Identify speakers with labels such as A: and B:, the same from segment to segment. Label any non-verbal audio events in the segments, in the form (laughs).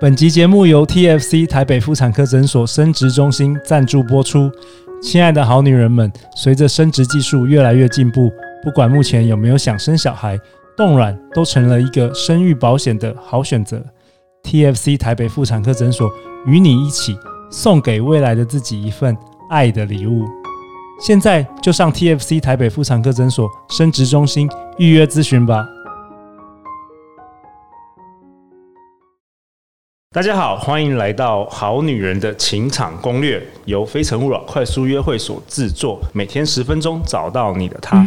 A: 本集节目由 TFC 台北妇产科诊所生殖中心赞助播出。亲爱的好女人们，随着生殖技术越来越进步，不管目前有没有想生小孩，冻卵都成了一个生育保险的好选择。TFC 台北妇产科诊所与你一起送给未来的自己一份爱的礼物。现在就上 TFC 台北妇产科诊所生殖中心预约咨询吧。大家好，欢迎来到《好女人的情场攻略》，由非诚勿扰快速约会所制作，每天十分钟，找到你的他。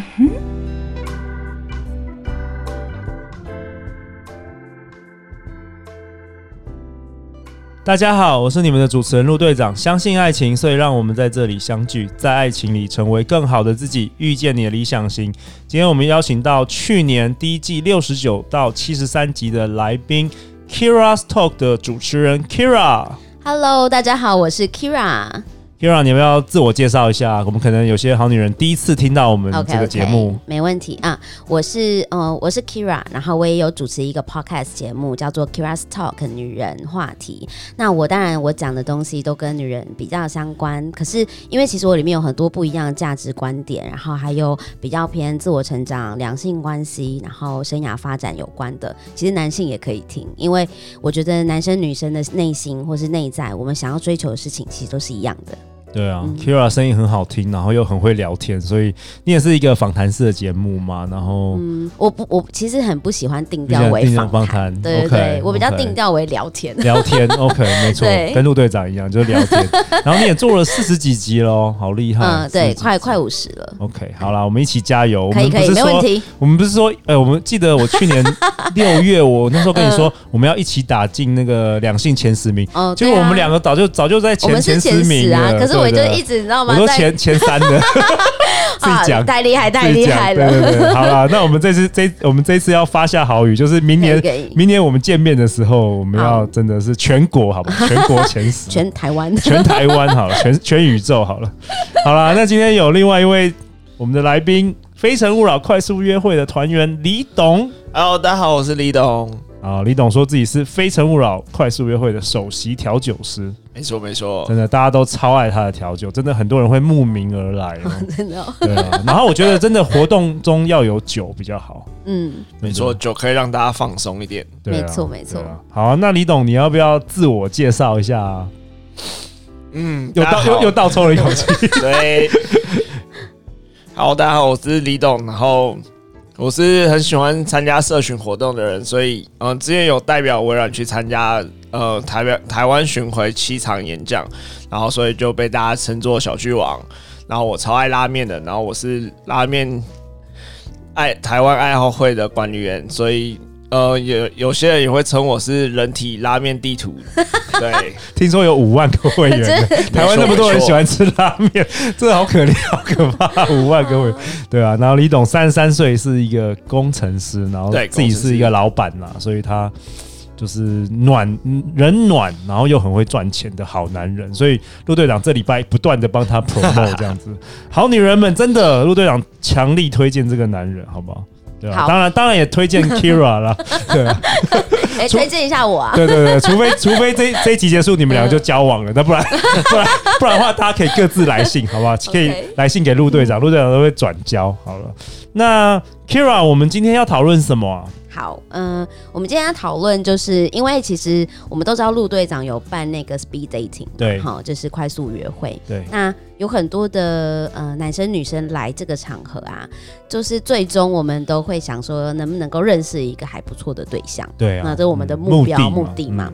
A: 大家好，我是你们的主持人陆队长。相信爱情，所以让我们在这里相聚，在爱情里成为更好的自己，遇见你的理想型。今天我们邀请到去年第一季六十九到七十三集的来宾 Kira's Talk 的主持人 Kira。
B: Hello，大家好，我是 Kira。
A: 嗯 Kira，你要不要自我介绍一下？我们可能有些好女人第一次听到我们
B: OK，
A: 这个节目。
B: 没问题啊。我是呃，我是 Kira，然后我也有主持一个 podcast 节目，叫做 Kira's Talk 女人话题。那我当然我讲的东西都跟女人比较相关，可是因为其实我里面有很多不一样的价值观点，然后还有比较偏自我成长、两性关系，然后生涯发展有关的。其实男性也可以听，因为我觉得男生女生的内心或是内在，我们想要追求的事情其实都是一样的。
A: 对啊、k
B: 嗯
A: i r a 声音很好听，然后又很会聊天，所以你也是一个访谈式的节目嘛。然后，
B: 我不，我其实很不喜欢定
A: 你
B: 调
A: 喜欢
B: 为
A: 定调
B: 访
A: 访
B: 谈
A: 谈，
B: 对对
A: OK，
B: 对我比较
A: OK
B: 定调为聊天。
A: 聊
B: (laughs)
A: 天，OK，没错
B: 对，
A: 跟陆队长一样，就是聊
B: (laughs)
A: 天。然后你也做了四十几集喽，好厉害！
B: 嗯，
A: 40
B: 对，
A: 集
B: 快。快五十了，
A: OK，好啦，我们一起加油。
B: 可以
A: 我们不
B: 可以，
A: 是
B: 没问
A: 说，
B: 题。
A: 我们不是说，呃，我们记得我去
B: (laughs)
A: 年六月，我那时候跟你说，我们要一起打进那个两性前十名，
B: 嗯哦，
A: 结
B: 对
A: 果
B: 啊
A: 我们两个早就早就在
B: 我
A: 前
B: 们是
A: 十
B: 前
A: 名
B: 十啊，
A: 了
B: 可是
A: 对
B: 我就
A: 对
B: 一直你知道
A: 我
B: 吗？
A: 说
B: 在
A: 前前三
B: (laughs)
A: 的， (laughs) 自己
B: 啊，
A: 讲。
B: 太厉害，太
A: 自己
B: 厉
A: 讲
B: 害
A: 对
B: 了。
A: 对对，好啦，那我们这次这我们这次要发下好语，就是明年
B: 可以可以
A: 明年我们见面的时候，我们要
B: 好
A: 真的是全国，好吧？全国前十，(laughs)
B: (laughs) 全台湾
A: 全台湾好了，全 (laughs) 全宇宙好了。好啦，那今天有另外一位我们的来宾，《非诚勿扰》快速约会的团员李董。
C: Hello，大家好，我是李董。
A: 啊，李董说自己是《非诚勿扰》快速约会的首席调酒师，
C: 没错，没错
A: 真，的大家都超爱他的调酒，真的很多人会慕名而来
C: (laughs)
A: 哦、
B: 真的哦，
A: 对啊，然后我觉得真的活动中要有酒比较好。
B: 嗯，
C: 没错，酒可以让大家放松一点。
A: 对啊
B: 没错没错
A: 对啊好啊，那李董，你要不要自我介绍一下、啊？
C: 嗯，
A: 又
C: 大家
A: 倒
C: 好
A: 又又倒抽了一口气。
C: (laughs) 对。好，大家好，我是李董。然后我是很喜欢参加社群活动的人，所以嗯、呃之前有代表微软去参加呃台湾台湾巡回七场演讲，然后所以就被大家称作小巨王。然后我超爱拉面的，然后我是拉面爱台湾爱好会的管理员，所以。呃，有有些人也会称我是人体拉面地图， (laughs) 对，
A: 听说有五万个会员呢，台湾那么多人喜欢吃拉面，真的好可怜，好可怕，五万个会员。对啊，然后李董三十三岁是一个工程师，然后
C: 对
A: 自己是一个老板啦，所以他就是暖人暖，然后又很会赚钱的好男人。所以陆队长这礼拜不断的帮他 promote 这样子，好女人们真的，陆队长强力推荐这个男人，好不好？对啊，
B: 好
A: 当然当然也推荐 Kira 啦，对啊，
B: 哎，
A: 除
B: 推荐一下我
A: (laughs)
B: 啊。
A: 对对对，除非除非这这一集结束你们两个就交往了，那不然 (laughs) 不然不然的话，大家可以各自来信，好不好？可以来信给陆队
B: 嗯
A: 长，陆队长都会转交。好了，那 Kira，我们今天要讨论什么啊？
B: 好，嗯、我们今天要讨论，就是因为其实我们都知道陆队长有办那个 speed dating，
A: 对
B: 好，就是快速约会。
A: 对
B: 那有很多的呃男生女生来这个场合啊，就是最终我们都会想说，能不能够认识一个还不错的对象，
A: 对啊，
B: 那这是我们的
A: 嗯
B: 目标目的
A: 的
B: 嘛。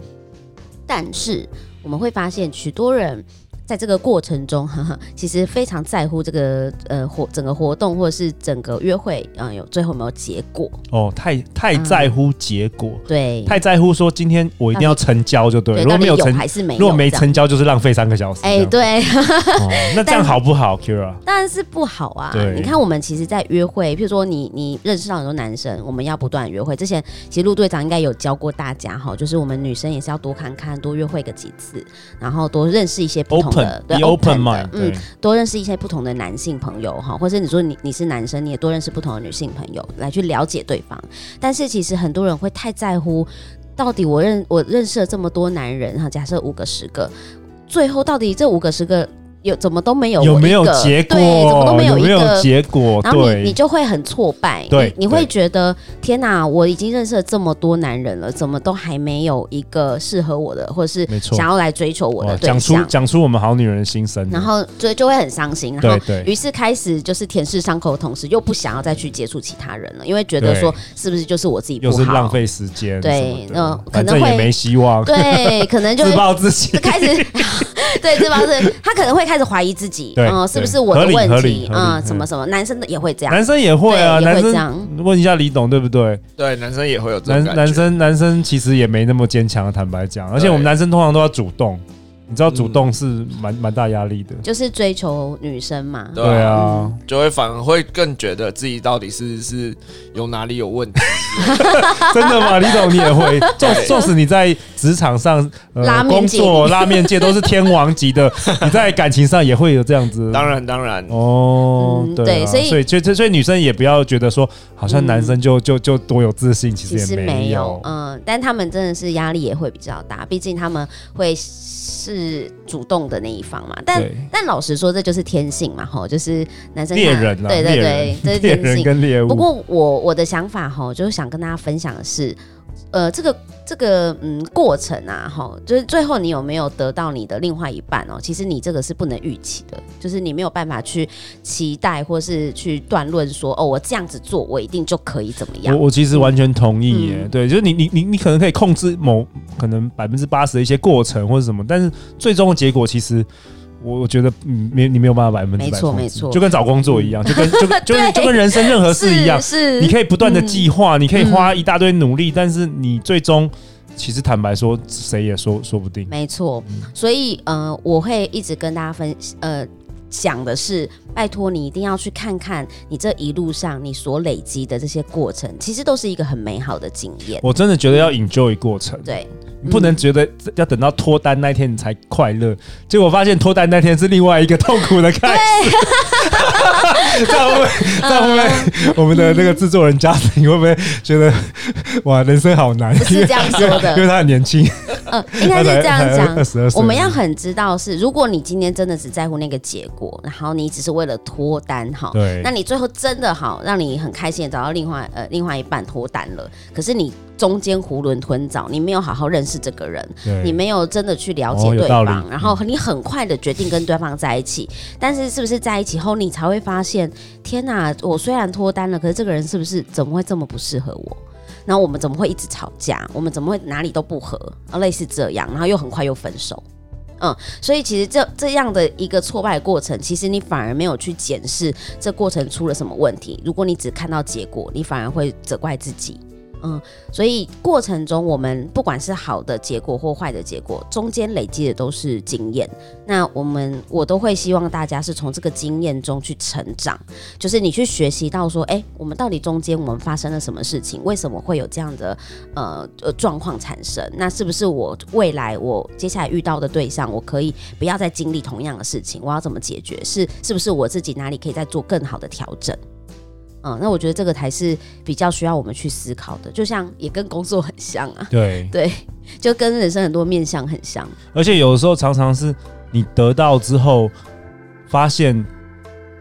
B: 但是我们会发现，许多人在这个过程中，呵呵其实非常在乎这个呃活整个活动或者是整个约会，嗯、有最后有没有结果？
A: 哦，太太在乎结果，
B: 对，
A: 太在乎说今天我一定要成交就对了，
B: 嗯
A: 如
B: 对，到
A: 果
B: 底
A: 没有成，
B: 还是没有？
A: 如果没
B: 这样，
A: 成交就是浪费三个小时。
B: 哎、
A: 这样，
B: 对，
A: 哦那这样好不好，Kira？
B: 当然是不好啊
A: 对！
B: 你看，我们其实，在约会，譬如说你你认识到很多男生，我们要不断约会。之前其实陆队长应该有教过大家哈，就是我们女生也是要多看看，多约会个几次，然后多认识一些不同
A: Open，
B: 的，
A: be
B: 对嗯
A: open
B: 的
A: mind，对，
B: 多认识一些不同的男性朋友哈，或者你说你你是男生，你也多认识不同的女性朋友，来去了解对方。但是其实很多人会太在乎到底我认我认识了这么多男人哈，假设五个十个，最后到底这五个十个有怎么都没有我一个
A: 有没有结果？
B: 对，怎么都没有
A: 有
B: 一
A: 没有
B: 个
A: 结果？
B: 然后你你
A: 对，
B: 就会很挫败，
A: 对
B: 你你会
A: 对
B: 觉得天哪，我已经认识了这么多男人了，怎么都还没有一个适合我的，或者是
A: 没错
B: 想要来追求我
A: 哇
B: 的对
A: 讲出
B: 象，
A: 讲出我们好女人的心声了。
B: 然后就就会很伤心，然
A: 对
B: 后
A: 嗯对
B: 于是开始就是舔舐伤口的同时，又不想要再去接触其他人了，因为觉得
A: 对
B: 说是不是就是我自己不
A: 又是
B: 好，
A: 浪费时间什么的，
B: 对那可
A: 反
B: 能
A: 正也
B: 会
A: 没希望，
B: 对，可能就
A: 自
B: 会
A: 暴自弃
B: 就。开始 (laughs) 对，这方是他可能会开始怀疑自己，
A: 对
B: 嗯，是不
A: 对
B: 是我
A: 合
B: 的
A: 理合理
B: 问题
A: 合理
B: 嗯，
A: 嗯
B: 什么什么，男生的也会这样，
A: 男生也会啊，
B: 对
A: 男
B: 也会这
A: 生
B: 样。
A: 问一下李董对不对？
C: 对，男生也会有这
A: 男
C: 种感觉。
A: 男生男生其实也没那么坚强，啊坦白讲，而且
C: 对嗯
A: 我们男生通常都要主动，你知道主动是蛮蛮大压力的。
B: 就是追求女生嘛。
C: 对
A: 对啊，
C: 就会反而会更觉得自己到底是是有哪里有问题。
A: (laughs) 真的吗？李董你也
B: (laughs)
A: 会，纵
C: 对
A: 纵使你在职场上、呃
B: 拉面
A: 工
B: 界
A: 作、拉面界都是天王级
B: (laughs)
A: 的，你在感情上也会有这样子。
C: 当然，当然，
A: 嗯哦，
B: 嗯
A: 对啊，
B: 对所以嗯
A: 所以所以所以女生也不要觉得说，好像男生就就就多有自信，其
B: 其
A: 实
B: 实
A: 也
B: 没
A: 有
B: 有，。嗯，但他们真的是压力也会比较大，毕竟他们会是主动的那一方嘛。但
A: 对
B: 但老实说，这就是天性嘛，吼，就是男生
A: 猎
B: 看
A: 人啊，
B: 对对
A: 猎
B: 对
A: 人，
B: 这
A: (laughs)
B: 是
A: 猎
B: 天
A: 人
B: 性。
A: 跟猎物。
B: 不过我我的想法吼，就是想跟大家分享的是，呃，这个这个嗯过程啊，吼，就是最后你有没有得到你的另外一半哦？其实你这个是不能预期的，就是你没有办法去期待或是去断论说，哦，我这样子做，我一定就可以怎么样
A: 我。我其实完全同意耶，
B: 嗯
A: 对，就是你你你你可能可以控制某可能百分之八十的一些过程或者什么，但是最终的结果其实。我我觉得嗯没你没有办法百分之百
B: 没错
A: 控制
B: 没错
A: 就跟找工作一
B: (laughs)
A: 样，就跟就跟就跟
B: 对
A: 就跟人生 (laughs) 任何事一样，
B: 是
A: 你可以不断的计划，你可以花一大堆努力，但是你最终其实坦白说，谁也说说不定。
B: 没错，所以呃，我会一直跟大家分呃讲的是，拜托你一定要去看看你这一路上你所累积的这些过程，其实都是一个很美好的经验。
A: 我真的觉得要 enjoy 过程，
B: 对，
A: 你不能觉得要等到脱单那天你才快乐，结果发现脱单那天是另外一个痛苦的开始。 (laughs) 这样会不会？这样
B: 嗯
A: 会不会？我们的那个制作人家庭会不会觉得哇，人生好难？
B: 不是这样说的
A: 因为他很年轻， (laughs)
B: 呃，应该是这样讲
A: 二。十二岁。
B: 我们要很知道是，如果你今天真的只在乎那个结果，然后你只是为了脱单哈，
A: 对
B: 那你最后真的好让你很开心的找到另外呃另外一半脱单了，可是你中间囫囵吞枣，你没有好好认识这个人，
A: 对
B: 你没有真的去了解
A: 哦有
B: 对
A: 道理
B: 方，然后你很快的决定跟对方在一起，但是是不是在一起后，你才会发现，天哪，我虽然脱单了，可是这个人是不是怎么会这么不适合我？然后我们怎么会一直吵架？我们怎么会哪里都不合？啊，类似这样，然后又很快又分手。嗯，所以其实这这样的一个挫败过程，其实你反而没有去检视这过程出了什么问题。如果你只看到结果，你反而会责怪自己。嗯，所以过程中我们不管是好的结果或坏的结果，中间累积的都是经验。那我们我都会希望大家是从这个经验中去成长，就是你去学习到说，哎、我们到底中间我们发生了什么事情，为什么会有这样的呃呃状况产生？那是不是我未来我接下来遇到的对象，我可以不要再经历同样的事情？我要怎么解决？是是不是我自己哪里可以再做更好的调整？嗯，那我觉得这个才是比较需要我们去思考的，就像也跟工作很像啊， (laughs)
A: 对
B: 对，就跟人生很多面向很像。
A: 而且有的时候常常是你得到之后，发现，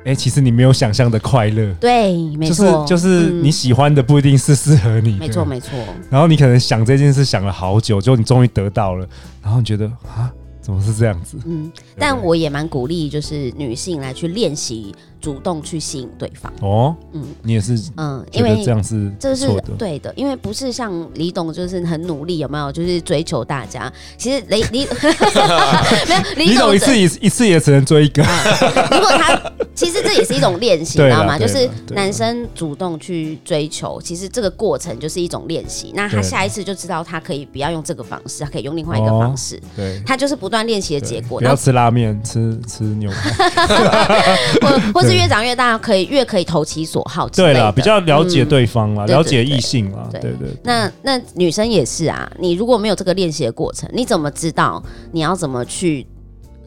A: 哎、其实你没有想象的快乐，
B: 对，没
A: 就是
B: 错，
A: 就是
B: 嗯
A: 你喜欢的不一定是适合你的，
B: 没错没错，
A: 然后你可能想这件事想了好久，就你终于得到了，然后你觉得啊，怎么是这样子？
B: (laughs) 嗯，
A: 对不
B: 但
A: 对
B: 我也蛮鼓励，就是女性来去练习主动去吸引对方，
A: 哦，
B: 嗯
A: 你也是
B: 嗯，
A: 觉
B: 因
A: 得这
B: 为
A: 样是
B: 这是
A: 错的，
B: 对的，因为不是像李董就是很努力，有没有？就是追求大家，其实雷李 (laughs) 没有
A: 你
B: 李
A: 懂
B: 董
A: 一次一一次也只能追一个，
B: 嗯如果他其实这也是一种练习，
A: 对
B: 你知
A: 啦
B: 道吗？
A: 对
B: 就
A: 啦
B: 是
A: 对啦
B: 男生主动去追求，其实这个过程就是一种练习。那他
A: 对
B: 下一次就知道他可以不要用这个方式，他可以用另外一个
A: 哦
B: 方式。
A: (laughs) 对。
B: 他就是不断练习的结果，
A: 不
B: 然
A: 要
B: 后
A: 吃拉面，吃吃牛
B: (laughs)
A: 排。 (laughs)
B: 或或是
A: 对
B: 越长越大，可以越可以投其所好之类
A: 对
B: 的。
A: 啦，比较了解对方啦，
B: 嗯
A: 了解
B: 对对对
A: 异性啦，对
B: 对
A: 对对。
B: 那嗯那女生也是啊，你如果没有这个练习的过程，你怎么知道你要怎么去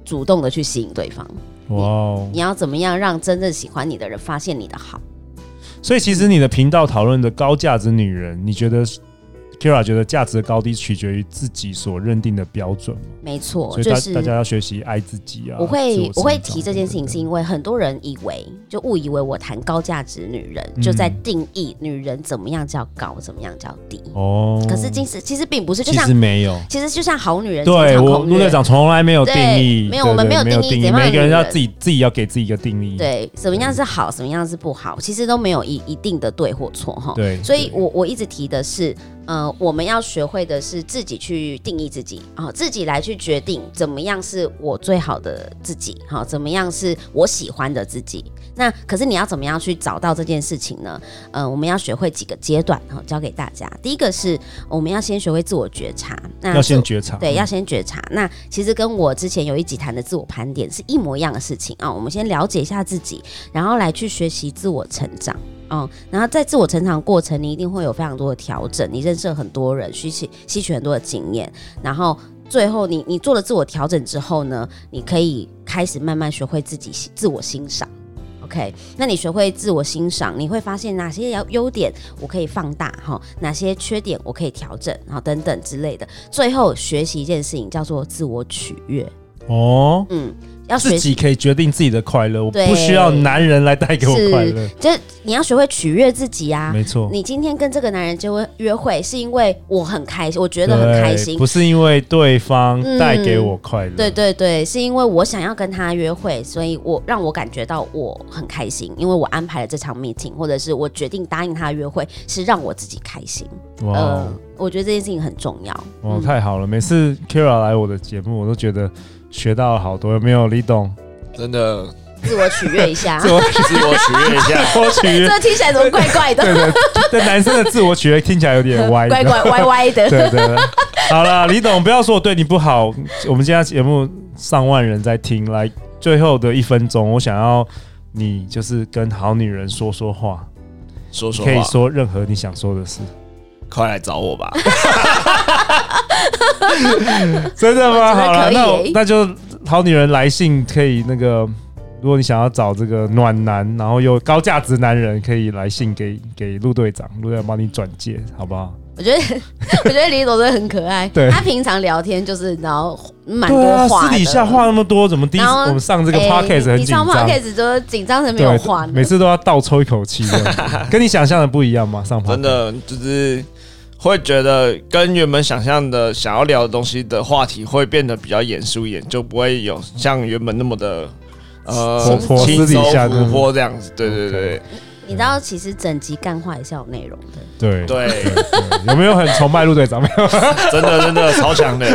B: 主动的去吸引对方？
A: 哇哦，
B: 你要怎么样让真正喜欢你的人发现你的好？
A: 所以其实你的频道讨论的高价值女人，你觉得 Kira 觉得价值的高低取决于自己所认定的标准嘛，
B: 没错，
A: 所以
B: 就
A: 大
B: 是
A: 大家要学习爱自己啊。
B: 我
A: 自
B: 会
A: 成
B: 我会
A: 长
B: 提这件事情，是
A: 等等
B: 因为很多人以为就误以为我谈高价值女人，就在定义女人怎么样叫高，怎么样叫低。
A: 哦。
B: 可是其实其实并不是，就
A: 其
B: 像
A: 实没有，
B: 其实就像好女人，
A: 对
B: 情场
A: 我
B: 恐
A: 陆
B: 女
A: 队
B: 人，
A: 长从来没有定义，
B: 对没有我们
A: 对对
B: 没
A: 没
B: 有定义
A: 定义，
B: 怎么样
A: 每个人
B: 的
A: 要
B: 女人
A: 自己自己要给自己一个定义。
B: 对什么样是好，什么样是不好，其实都没有一一定的对或错哈。
A: 对，
B: 所以
A: 对
B: 我我一直提的是，呃，我们要学会的是自己去定义自己啊、自己来去决定怎么样是我最好的自己，好、怎么样是我喜欢的自己。那可是你要怎么样去找到这件事情呢？呃，我们要学会几个阶段，好、教给大家。第一个是我们要先学会自我觉察，那
A: 要
B: 自我
A: 先觉察，嗯
B: 对，要先觉察。那其实跟我之前有一集谈的自我盘点是一模一样的事情啊、我们先了解一下自己，然后来去学习自我成长。嗯，然后在自我成长过程，你一定会有非常多的调整，你认识了很多人，吸取吸取很多的经验，然后最后你你做了自我调整之后呢，你可以开始慢慢学会自己欣自我欣赏。OK，那你学会自我欣赏，你会发现哪些优优点我可以放大哈，哪些缺点我可以调整，然后等等之类的。最后学习一件事情叫做自我取悦，
A: 哦，
B: 嗯，要学
A: 自
B: 习
A: 己可以决定自己的快乐，我
B: 对
A: 不需要男人来带给我快乐。
B: 就是你要学会取悦自己啊。
A: 没错，
B: 你今天跟这个男人结婚约会，是因为我很开心，我觉得很开
A: 对
B: 心。
A: 不是因为对方
B: 嗯
A: 带给我快乐。
B: 对对对，是因为我想要跟他约会，所以我让我感觉到我很开心，因为我安排了这场 meeting，或者是我决定答应他约会，是让我自己开心。
A: 哇哦
B: 呃，我觉得这件事情很重要。嗯
A: 哇，太好了！每次 Kira 来我的节目，我都觉得学到了好多。有没有李董？
C: 真的
B: 自我取悦
A: (laughs)
B: 一下，
A: 自我
C: 自我取悦一下。
A: 自我
B: (laughs)
A: 取悦，
B: 这听起来怎么怪怪
A: 对
B: 的？
A: 对，但男生的自我取悦听起来有点
B: (laughs)
A: 歪。
B: 怪怪歪
A: (laughs)
B: 歪的。
A: 对对对。好了，李董，不要说我对你不好。我们今天节目上万人在听，来最后的一分钟，我想要你就是跟好女人说说话，
C: 说说
A: 可以
C: 话，
A: 说任何你想说的事。
C: 快来找我吧。
A: (laughs) 真的吗？
B: 我觉得
A: 好了，
B: 可以
A: 那我
B: 耶
A: 那就好女人来信可以那个，如果你想要找这个暖男，然后又高价值男人，可以来信给给陆队长，陆队长帮你转介，好不好？
B: 我觉得，我觉得李总真的很可爱。
A: 对
B: 他平常聊天就是然后蛮多
A: 对啊，
B: 话的，
A: 私底下话那么多，怎么第一次
B: 然后
A: 我们上这
B: 这
A: 个 podcast 很
B: 你
A: 紧张
B: 上？podcast 都紧张成没有话
A: 对，
B: 呢
A: 每。次都要倒抽一口气这样，跟你想象的不一样嘛？上 podcast
C: 真的就是会觉得跟原本想象的想要聊的东西的话题会变得比较严肃一点，就不会有像原本那么的
A: 活
C: 呃
A: 泼
C: 轻
A: 私
C: 松
A: 底下
C: 活泼这样子。对对对
B: 你知道，其实整集干话也是有内容的。
A: 对对，
C: 对，
A: 有没有很崇拜陆队长？没有。
C: 真的真的超强的。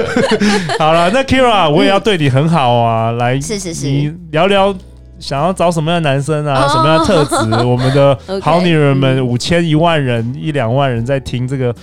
A: 好了，那
B: (laughs)
A: Kira 我也要对你很好啊，来
B: 是是是
A: 你聊聊想要找什么样的男生啊，
B: 哦
A: 什么样的特质？我们的
B: (laughs) OK，
A: 好女人们，
B: 嗯
A: 五千、一万人、一两万人在听这个，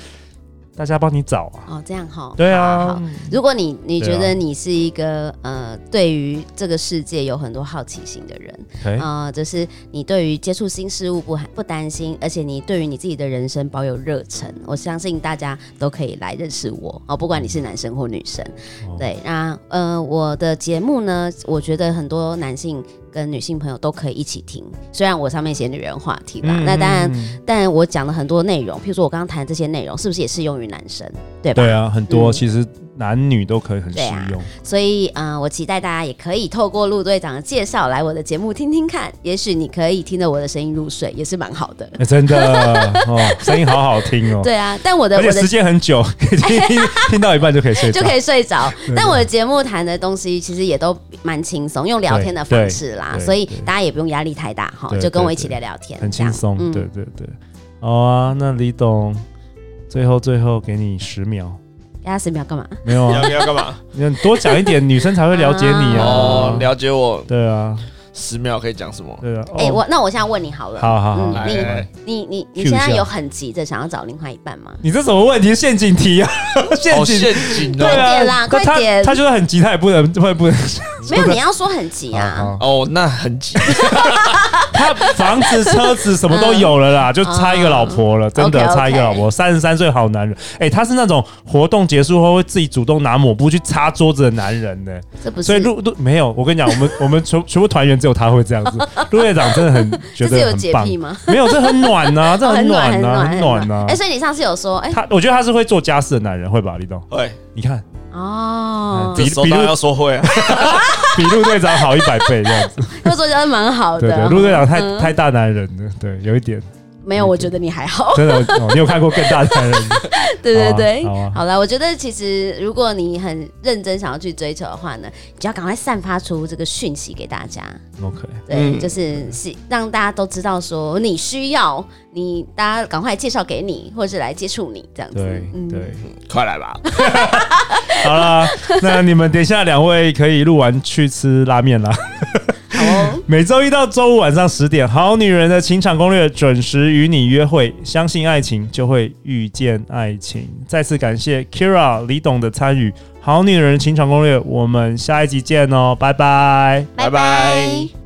A: 大家帮你找啊。
B: 哦，这样哈。
A: 对
B: 好好
A: 啊
B: 好，如果你你
A: 对啊
B: 觉得你是一个、呃，对于这个世界有很多好奇心的人，
A: 哎，
B: 啊、就是你对于接触新事物不不担心，而且你对于你自己的人生保有热忱，我相信大家都可以来认识我哦，不管你是男生或女生。
A: 哦
B: 对，那呃，我的节目呢，我觉得很多男性跟女性朋友都可以一起听，虽然我上面写女人话题啦，
A: 嗯
B: 那当然，，但我讲了很多内容，譬如说我刚刚谈的这些内容，是不是也适用于男生，对吧？
A: 对啊，很多
B: 嗯啊
A: 其实男女都可以很适用。
B: 所以，嗯、我期待大家也可以透过陆队长的介绍来我的节目听听看，也许你可以听着我的声音入睡，也是蛮好的。
A: 哎，真的哦，声音好好
B: (laughs)
A: 听哦。
B: 对啊，但我的
A: 而
B: 我
A: 且
B: 的
A: 时间很久，
B: (laughs)
A: 可以听听听到一半就可以睡着
B: 就。可以睡着
A: 对。
B: 但我的节目谈的东西其实也都蛮轻松，用聊天的方式啦
A: 对，对
B: 所以
A: 对
B: 大家也不用压力太大哈
A: 对，
B: 就跟我
A: 对
B: 一起
A: 对
B: 聊聊天，
A: 很轻松
B: 这。样嗯
A: 对，对对，好啊，那李董，最后最后给你十
B: (laughs)
A: 秒，
B: 给他十秒干嘛？
A: 没有啊？
C: 要要干嘛？
A: (laughs) 你多讲一点，女生才会了解你
C: (laughs) 哦
A: 啊，。
C: 了解我
A: 对啊，
C: 十秒可以讲什么？
A: 对啊。
B: 哎，
A: 哦
B: 我那我现在问你好了，
A: 好好好
B: 嗯
C: 来
B: 你
C: 来来
B: 你你
A: Cue
B: 你现在
A: 一下
B: 有很急着想要找另外一半吗？
A: 你这什么问题？陷阱题啊！陷
C: 哦，
A: 阱。
C: 陷阱
A: 对
C: (laughs) 哦，
B: 快
A: 啊，
B: 点啦
A: 那
B: 快
A: 他
B: 点
A: 他就是很急，他也不能，不能不能
B: 没有，你要说很急啊。
A: (laughs) 好好
C: 哦，那很 (laughs) 急，
A: 他房子、车子什么都有了啦，就差一个老婆了，真的
B: 嗯哦 OK，OK
A: 差一个老婆。三十三岁好男人，哎，他是那种活动结束后会自己主动拿抹布去擦桌子的男人呢。
B: 这不
A: 所以
B: 是，
A: 陆陆没有，我跟你讲，我们 (laughs) 我们全全部团员只有他会这样子。陆队长真的很觉
B: 这是
A: 得
B: 有
A: 很
B: 洁
A: 棒，
B: 癖吗？
A: 没有，这很暖呐，这
B: 哦
A: 很
B: 暖，很
A: 呐，很
B: 很
A: 暖啊呐
B: 哎，。所以你上次有说，哎，
A: 他我觉得他是会做家事的男人，会吧，李
B: (laughs)
A: 董？
C: (laughs) 会，
A: 你看，
B: 哦，
A: 比
C: 这手当然要说会啊，
A: 比陆队长好一百倍这样子。
B: 要做家蛮好
A: 对对，
B: 的。
A: 陆队长太
B: 嗯
A: 太大男人了，对，有一点
B: 没有，我觉得你还好。
A: 真的，哦你有看过更大的男人？ (laughs)
B: (laughs) 对对对，
A: 好啊好啊
B: 好了，我觉得其实如果你很认真想要去追求的话呢，你就要赶快散发出这个讯息给大家，
A: OK，
B: 对，
C: 嗯
B: 就是是让大家都知道说你需要你，大家赶快介绍给你，或是来接触你这样子。
A: 对对，
C: (laughs) 快来吧，
A: (laughs) 好啦，那你们等一下两位可以录完去吃拉面啦。 (laughs)
B: 好哦，
A: 每周一到周五晚上十点，《好女人的情场攻略》准时与你约会。相信爱情，就会遇见爱情。再次感谢 Kira、李董的参与，《好女人的情场攻略》，我们下一集见哦，拜拜。
C: 拜拜